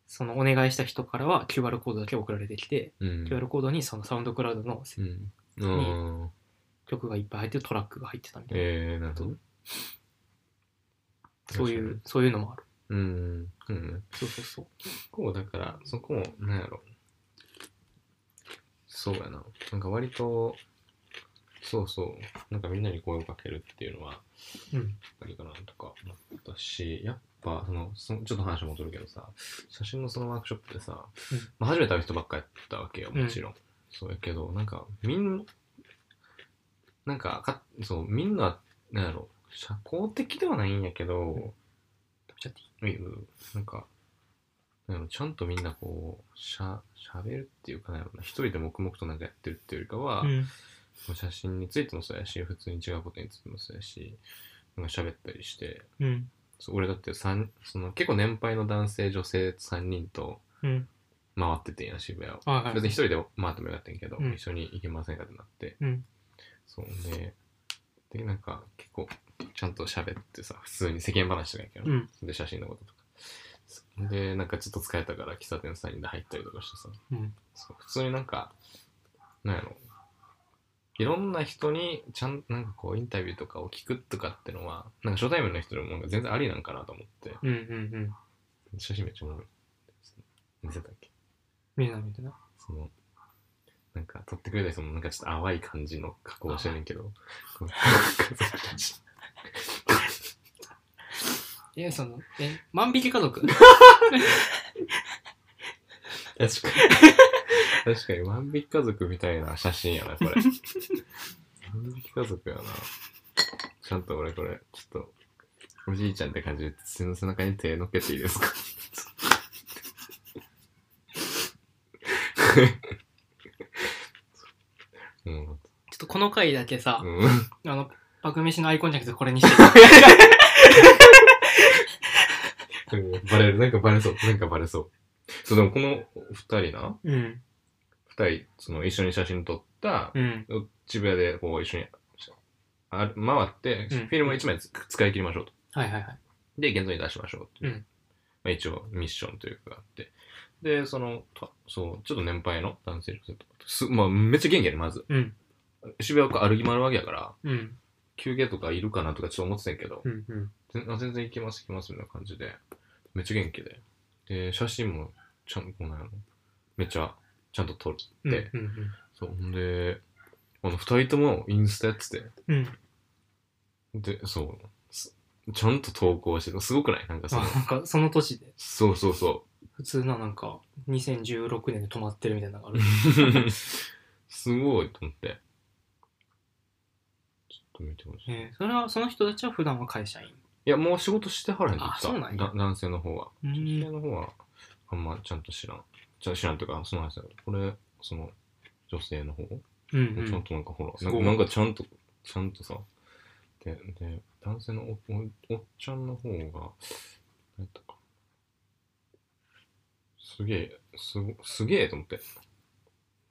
S1: そのお願いした人からは QR コードだけ送られてきて、
S2: えうん。
S1: QR コードにそのサウンドクラウドの
S2: うん。うん。
S1: 曲がいっぱい入ってるトラックが入ってたみたいな、
S2: ええなるほどね。
S1: そういうそういうのもある
S2: うん。うん。
S1: そうそうそう
S2: こうだから、そこも、なんやろ。そうやな。なんか割と、そうそう。なんかみんなに声をかけるっていうのは、
S1: うん
S2: あれかなとか思ったし、やっぱその、そのちょっと話戻るけどさ、写真のそのワークショップでさ、
S1: うん
S2: まあ、初めて会う人ばっかやったわけよ、もちろん。そうやけど、なんか、みん、なんかか、そう、みんな、なんやろ、社交的ではないんやけど、
S1: 食べちゃっていい
S2: うんうんなんか、なんやろちゃんとみんなこう、しゃ、喋るっていうかなんやろな、一人で黙々となんかやってるっていうよりかは、
S1: うん
S2: 写真についてもそうやし、普通に違うことについてもそうやし、なんか喋ったりして、
S1: うん
S2: そう俺だって三その結構年配の男性、女性3人と
S1: うん
S2: 回っててんや、渋谷を。
S1: あはい
S2: 別に一人で回ってもよかったんやけど、
S1: うん
S2: 一緒に行けませんかってなって、
S1: うん
S2: そうね。で、なんか結構ちゃんと喋ってさ、普通に世間話とかやけど、
S1: うん
S2: で、写真のこととか。そうで、なんかちょっと疲れたから喫茶店3人で入ったりとかしてさ、
S1: うん
S2: そう普通になんか、なんやろ、いろんな人にちゃんなんかこうインタビューとかを聞くとかってのは、なんか初対面の人でもなんか全然ありなんかなと思って、
S1: うんうんうん
S2: 写真めっちゃおもろい。見せたっけ
S1: みんなみたいな
S2: その、なんか撮ってくれた人もなんかちょっと淡い感じの加工してんねんけど、こう
S1: えそのえ万引き家 族
S2: 確かに。確かに、万引き家族みたいな写真やな、これ。万引き家族やな。ちゃんと俺これ、ちょっと、おじいちゃんって感じで、土の背中に手乗っけていいですかうん。
S1: ちょっとこの回だけさ、
S2: うん。
S1: あの爆飯のアイコンじゃなくてこれにして
S2: うんバレる、なんかバレそう、なんかバレそう。そう、でもこの二人な、
S1: いうん
S2: 二人、その一緒に写真撮った、
S1: うん
S2: 渋谷でこう一緒にある回って、
S1: うん
S2: フィルムを1枚つ使い切りましょうと。
S1: はいはいはい
S2: で、現像に出しましょうっていう
S1: うん
S2: まあ、一応ミッションというかがあって。で、その、たそう、ちょっと年配の男性女性とかす、まあ、めっちゃ元気やね、まず。
S1: うん
S2: 渋谷をこう歩き回るわけやから、
S1: うん
S2: 休憩とかいるかなとかちょっと思ってたんやけど、
S1: うんうん
S2: 全あ全然行きます行きますみたいな感じで、めっちゃ元気で。で、写真もちゃんと、なんやろめっちゃちゃんと撮って、
S1: うんうん
S2: そう、ほんで、あの、二人ともインスタやってて、
S1: うんうん
S2: で、そう、すちゃんと投稿してた、すごくないなんか
S1: あ
S2: その、
S1: なんかその年で
S2: そうそうそ
S1: 普通のなんか2016年で止まってるみたいなのがある
S2: う。すごいと思って。ちょっと見てほしい。い
S1: えーそれはその人たちは普段は会社員
S2: や、もう仕事してはらへんって言って
S1: あ
S2: た
S1: そうなんや
S2: だ男性の方は。
S1: う
S2: 女性
S1: ん
S2: の方はあんまちゃんと知らん。ちゃ知らんというか、その話だけど、これ、その、女性の方、
S1: うんう
S2: ちゃん
S1: ん
S2: となんかほら、
S1: す
S2: な
S1: ごい
S2: んかなんかちゃんと、ちゃんとさ、で、で男性のおおおっちゃんの方が、なんやったか。すげえ、すご、すげえと思って。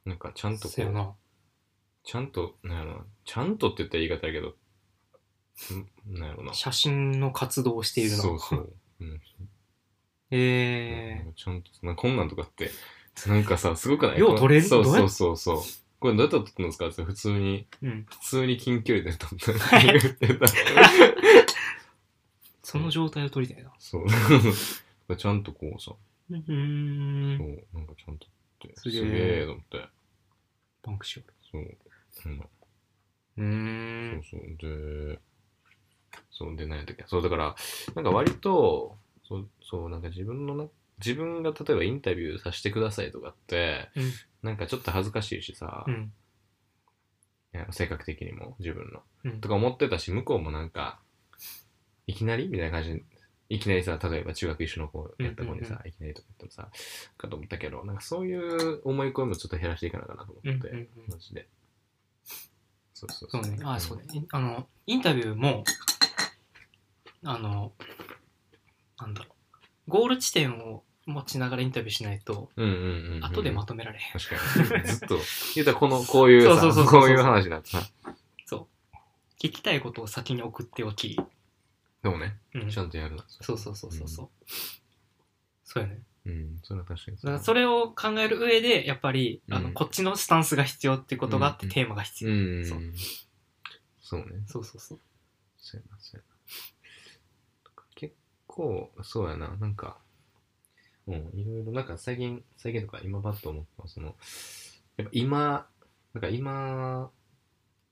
S2: なんかちゃんとこ
S1: せや
S2: う、
S1: な
S2: ちゃんと、なんやろな、ちゃんとって言ったら言い方やけど、んなんやろな。
S1: 写真の活動をしているな
S2: そうそう。うん、
S1: え
S2: ちゃんとなんかこんなんとかってなんかさすごくない
S1: よう撮れる
S2: そう
S1: どうや
S2: そうそうそうこれどうやって撮ったんですかって普通に
S1: ーうん
S2: 普通に近距離で撮ったって言ってた
S1: その状態を撮りたいな
S2: そう ちゃんとこうさ、
S1: う
S2: そ
S1: ん
S2: うなんかちゃんと撮って
S1: すげえ
S2: すげえと思って
S1: パンクしよ
S2: そう、うん
S1: ううーん
S2: そうそうでそうで何やったっけそうだからなんか割とそうそうなんか自分のな自分が例えばインタビューさせてくださいとかって、
S1: うん
S2: なんかちょっと恥ずかしいしさ、
S1: うん
S2: いや性格的にも自分の、
S1: うん
S2: とか思ってたし向こうもなんかいきなりみたいな感じでいきなりさ例えば中学一緒の子やった子にさ、
S1: うん
S2: いきなりとか言ってもさかと思ったけどなんかそういう思い込みをちょっと減らしていかなきゃなと思
S1: うんうん
S2: って、
S1: うん
S2: マジでそうそう
S1: そうねあ
S2: ん
S1: そうねいあのインタビューもあのなんだろうゴール地点を持ちながらインタビューしないと
S2: うんうんうん、うん、
S1: 後でまとめられへん
S2: 確かにずっと言うたらこのこういうさ
S1: そうそうそうそう
S2: こういう話になってさ
S1: 聞きたいことを先に送っておき、
S2: でもね
S1: うん
S2: ちゃんとやるな
S1: そうそうそうそうそう。そうよね。
S2: うんそれは確かに
S1: だからそれを考える上で、やっぱり、
S2: うん
S1: あの、こっちのスタンスが必要っていうことがあって、
S2: うん
S1: テーマが必要。
S2: うん
S1: そ
S2: そううね
S1: そうそうそう。
S2: そうやな、そうやな。結構、そうやな、なんか、うん、いろいろ、なんか最近、最近とか今ばっと思ったのはその、やっぱ今、なんか今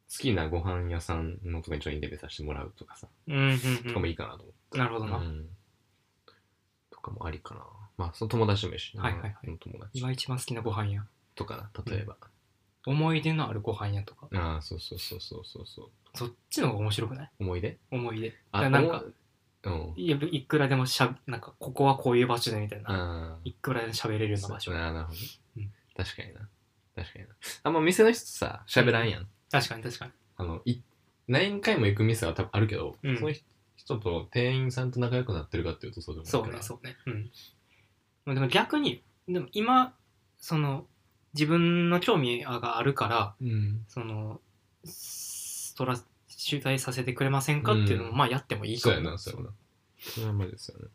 S2: きなご飯屋さんのとかにちょっとインタビューさせてもらうとかさ、
S1: うんうん
S2: とかもいいかなと思
S1: なるほど
S2: う。
S1: な、
S2: うんとかもありかな。まあ、その友達でもいいし、
S1: はいはいはい
S2: うん友達
S1: 今一番好きなご飯屋
S2: とかな、例えば。
S1: 思い出のあるご飯屋とか
S2: ああ、そうそうそうそうそうそう。
S1: そっちの方が面白くない
S2: 思い出
S1: 思い出だか
S2: あ、
S1: らなんか
S2: 思い、うん。
S1: いやいくらでもしゃなんかここはこういう場所でみたいな、
S2: あ
S1: いくらでも喋れるような場所
S2: あ、なるほどね
S1: うん。
S2: 確かにな。確かにな。あんま店の人さ、喋らんやん。
S1: 確かに確かに
S2: あの、い何回も行く店は多分あるけど、
S1: うん
S2: その人と店員さんと仲良くなってるかっていうとそうでもない
S1: そうねそうねうんでも逆にでも今その自分の興味があるから
S2: う。うん。
S1: そのストラ取材させてくれませんかっていうのも、
S2: うん
S1: まあやってもいいか
S2: そう
S1: も
S2: やな、そうやな。それはマジですよね。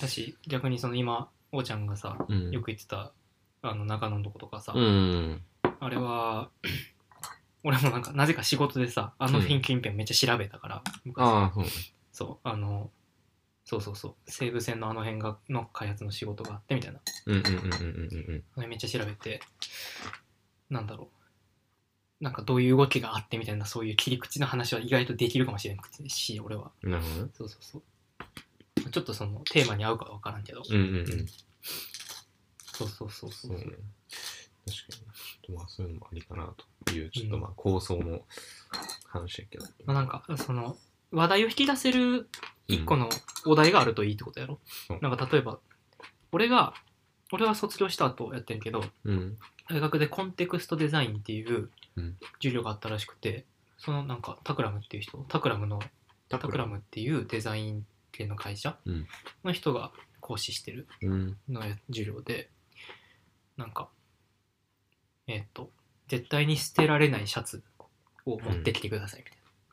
S1: だし逆にその今おーちゃんがさ
S2: うん
S1: よく言ってたあの中野のとことかさ、
S2: うん。
S1: あれは 俺もなんかなぜか仕事でさあの辺近辺めっちゃ調べたから、昔
S2: ああ、そうね。
S1: そうあのそうそうそう西武線のあの辺がの開発の仕事があってみたいな
S2: うんうんうんうんうんうん
S1: あれめっちゃ調べてなんだろうなんかどういう動きがあってみたいなそういう切り口の話は意外とできるかもしれんくてし俺は
S2: うん。なるほどね。
S1: そうそうそうちょっとそのテーマに合うかは分からんけど、
S2: うんうんうん。
S1: そうそうそう
S2: そ
S1: そうう
S2: ね。確かにな。ちょっとまあそういうのもありかなという、ちょっとまあ構想の話やけど。
S1: まあ、なんかその話題を引き出せる一個のお題があるといいってことやろ、
S2: うん
S1: なんか例えば俺が俺は卒業した後やってるけど
S2: うん。
S1: 大学でコンテクストデザインっていう
S2: うん
S1: 授業があったらしくてそのなんかタクラムっていう人タクラムの
S2: タ
S1: タクラムっていうデザイン系の会社
S2: うん
S1: の人が講師してる
S2: うん。
S1: のや授業でなんかえっと絶対に捨てられないシャツを持ってきてください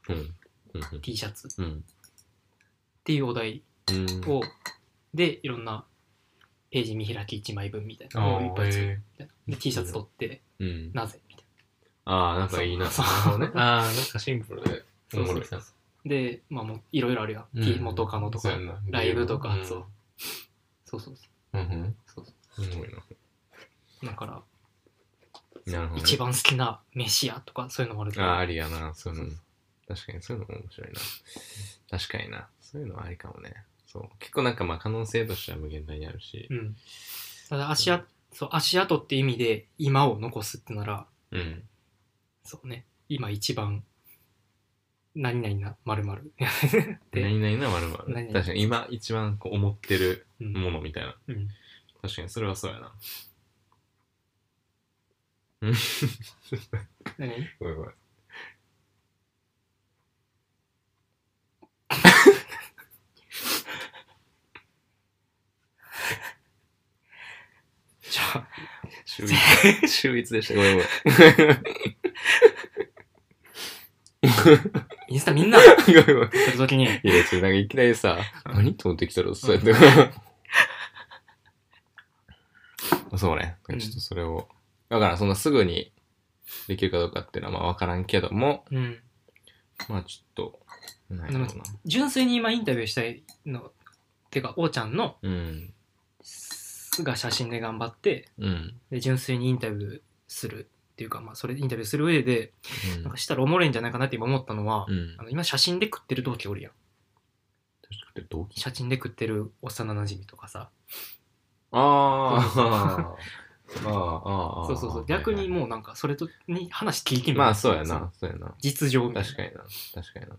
S1: みたいな、
S2: うん。うん
S1: T シャツっ
S2: うん。
S1: ていうお題
S2: うん。
S1: をでいろんなページ見開き1枚分みたいなのをいっ
S2: あ
S1: ぱ
S2: あ、
S1: い作って
S2: え
S1: で T シャツ取って
S2: え。うん。
S1: なぜみたい
S2: ああ、なんかいいな。
S1: そう
S2: なるほどね。ああ、なんかシンプルで。
S1: そう
S2: おもろい
S1: そう
S2: な。
S1: なでまあもういろいろあるやん、T 元カノとか
S2: そうやんな
S1: ライブとか
S2: うん
S1: そうそうそうそ
S2: うんうん。
S1: うそうそ
S2: すごいな。
S1: うだから
S2: なるほどね。
S1: 一番好きな飯屋とかそういうのもある
S2: ああ、あ
S1: ら
S2: りやな。そういうの。確かに、そういうのも面白いな。確かにな。そういうのはありかもね。そう。結構なんかまあ可能性としては無限大にあるし
S1: う。んただ足跡そう足跡って意味で今を残すってなら
S2: うん。
S1: そうね今一番何々なまるま る
S2: 何々な丸々。
S1: 何々
S2: 確かに今一番こう思ってる
S1: うん
S2: ものみたいな。
S1: うん
S2: 確かにそれはそうやな。
S1: 何
S2: ごめんごめん。
S1: じゃあ
S2: 秀逸。秀逸でした。ごめんごめん。
S1: インスタみんな
S2: ごめんごめん。
S1: するときに
S2: いや、ちょっとなんかいきなりさ、
S1: うん
S2: 何と思ってきたら、そうやって。そうね。ち
S1: う
S2: ょっ
S1: ん
S2: とそれを。だからん、そんなすぐにできるかどうかっていうのはまあわからんけども、
S1: うん
S2: まあちょっと、なんやろうな。
S1: 純粋に今インタビューしたいのてかおーちゃんの
S2: うん。
S1: すが写真で頑張って
S2: うん。
S1: で純粋にインタビューするっていうか、まあ、それインタビューする上で
S2: うん
S1: なんかしたらおもろいんじゃないかなって今思ったのは、
S2: うん
S1: あ。の今写真で食ってる同期おるやん
S2: 確かに同期
S1: 写真で食ってる幼なじみとかさ
S2: あーあー。あーあー。
S1: そうそうそう逆に
S2: う。
S1: もうなんかそれとに話聞いてみる
S2: まあそうやな。そうやな。
S1: 実情みたいな
S2: 確かにな。確かにな。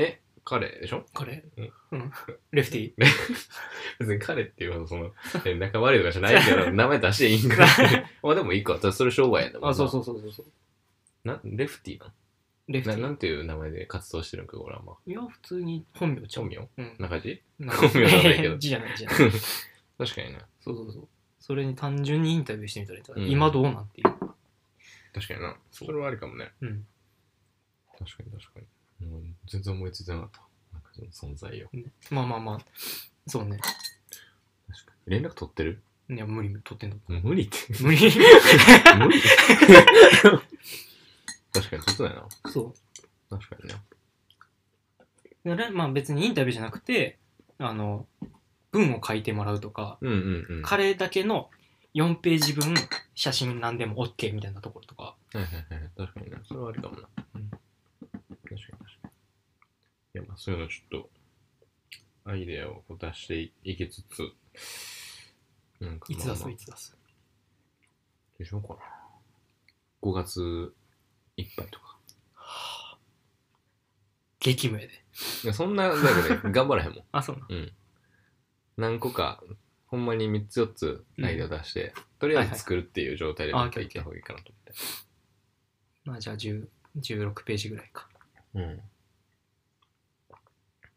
S2: え、彼でしょ
S1: これ
S2: え
S1: うんレフティ
S2: 別に彼っていうのはその、え仲悪いとかじゃないけ ど、名前出していいんかなまあでもいいか。ただそれ商売やな。
S1: あそう
S2: う。
S1: そうそうそうそう
S2: な、レフティーな
S1: レフテ
S2: な
S1: ィ
S2: なんていう名前で活動してるんか、俺はまあ。
S1: いや普通に本名ちゃ
S2: 調
S1: う
S2: 味料
S1: うん
S2: 中地
S1: なん
S2: 本名じゃないけ ど
S1: 字じゃない字じゃない
S2: 確かにね。
S1: そうそうそう。それに単純にインタビューしてみたらいいんじゃない、
S2: うん
S1: 今どうなんていう。
S2: 確かにな。それはありかもね。
S1: うん。
S2: 確かに確かに。もう全然思いついてなかった。なんかその存在よ。
S1: まあまあまあ、そうね。
S2: 確かに。連絡取ってる
S1: いや、無理、取ってんの。
S2: もう無理って。
S1: 無理。
S2: 無理確かに取ってないな。
S1: そ
S2: 確かにね。
S1: う。でまあ別にインタビューじゃなくて、あの、文を書いてもらうとか、
S2: うんうんうん。はい
S1: 彼だけの4ページ分、写真何でも OK みたいなところとか、
S2: はいはいはい。確かにね。それはありかもな。で、まあ、そういうのちょっと、アイデアを出していいきつつ、なんか
S1: いつ
S2: ま
S1: 出
S2: あまあ
S1: すいつ出す
S2: でしょうかな。5月いっぱいとか。
S1: 激務やで
S2: いやそんな、だ けど、頑張らへんもん。
S1: あそうな
S2: 何個か、ほんまに3つ4つアイデア出して、とりあえず作るっていう状態で
S1: はいはい
S2: なんかいった方がいいかなと思って。
S1: まあじゃあ10 16ページぐらいか
S2: うん。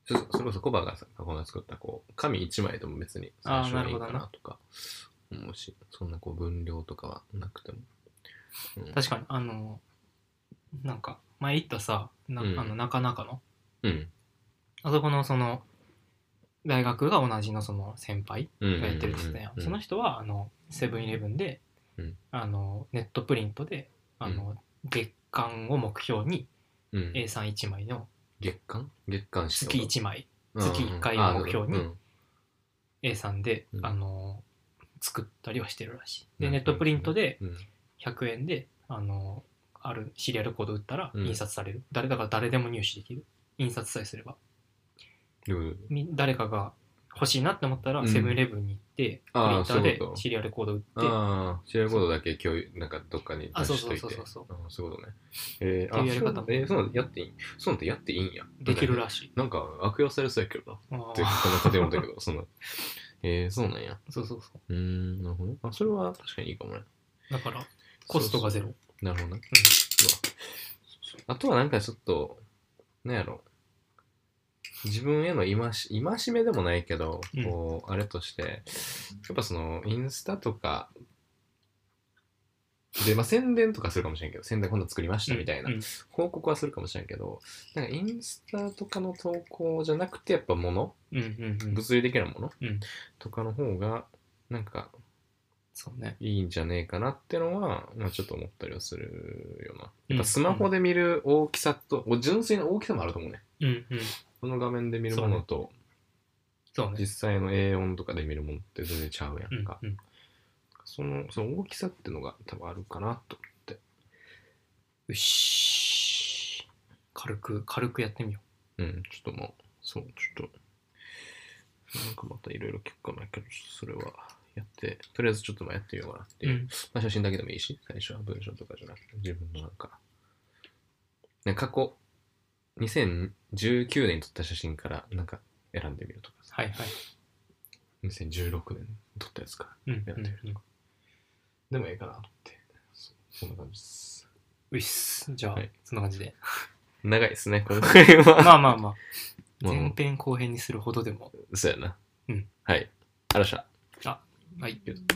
S2: そそれこそコバがさ、この間作ったこう、紙1枚でも別に最
S1: あー
S2: 初はいい
S1: なるほ
S2: か
S1: ど
S2: な
S1: な
S2: とか思うし、そんなこう分量とかはなくても。うん
S1: 確かにあのなんか前言ったさな,、
S2: うん
S1: あのなかなかの
S2: うん。
S1: あそこのその大学が同じのその先輩
S2: うん。
S1: がやってるんですね、
S2: うん
S1: その人はあのセブンイレブンで、
S2: うん
S1: あのネットプリントであの、月間を目標に
S2: うん、
S1: A31 枚の
S2: 月間月間し
S1: 月1枚月一回を目標に A3 で、
S2: うん
S1: あの作ったりはしてるらしい
S2: う
S1: で
S2: ん
S1: ネットプリントで
S2: うん
S1: 100円であのあるシリアルコード打ったら
S2: うん
S1: 印刷される、誰だから誰でも入手できる印刷さえすれば
S2: どういうこ
S1: み誰かが欲しいなって思った
S2: う
S1: ら
S2: ん
S1: セブンイレブンに行って、
S2: あー
S1: プリンター
S2: そういうこ
S1: で
S2: と
S1: シリアルコード打って
S2: とああ、知ることだけ共有、なんかどっかに出しとい
S1: あ
S2: て。
S1: そうそうそうそう
S2: うんそういうことね。えー、
S1: って
S2: あ、
S1: いうやり方も
S2: そうえーそうなのやっていいんそうなのやっていいんや。
S1: できるらしい、
S2: なんか悪用されそうやけどな。
S1: あ
S2: って、こ
S1: ー
S2: の建物だけど、 その、えー、そうなんや。
S1: そうそうそう
S2: うーん、なるほどね。あ、それは確かにいいかもね。
S1: だからコストがゼロ
S2: そうそう。なるほどね。うわあとはなんかちょっと、なんやろ。自分への戒し戒めでもないけど、
S1: うん
S2: こう、あれとして、やっぱその、インスタとか、で、まあ、宣伝とかするかもしれんけど、宣伝今度作りましたみたいな、
S1: うんうん
S2: 報告はするかもしれんけど、なんかインスタとかの投稿じゃなくて、やっぱもの、
S1: うんうんうん
S2: 物理的なもの、
S1: うん
S2: とかの方が、なんか、
S1: そうね
S2: いいんじゃねえかなってのは、まあ、ちょっと思ったりはするよな。
S1: うん
S2: やっぱスマホで見る大きさと、お純粋な大きさもあると思うね。
S1: うんうん
S2: この画面で見るものと、
S1: そうね
S2: 実際の A4 とかで見るものって全然ちゃうや
S1: うん
S2: んか。
S1: うん
S2: そのその大きさってのが多分あるかなと。
S1: よし軽く軽くやってみよ
S2: うん、ちょっともう、そう、ちょっと、なんかまたいろいろ結構ないけど、ちょっとそれはやって、とりあえずちょっとまあやってみようかなって
S1: う、
S2: いう。まあ、写真だけでもいいし、最初は文章とかじゃなくて、自分のなんか、ね、過去、2019年に撮った写真からなんか選んでみるとかさ、
S1: はいはい
S2: 2016年撮ったやつから
S1: うん
S2: や
S1: う
S2: っ
S1: ん
S2: てみ
S1: うん
S2: でもええかなと思って、そそんな感じです。
S1: ういっすじゃあ、
S2: はい
S1: そんな感じで
S2: 長いですね、 これは。
S1: まあまあまあ
S2: もう
S1: 前編後編にするほどでも
S2: そうやな。
S1: うん。
S2: はい。あらっしゃ。
S1: はい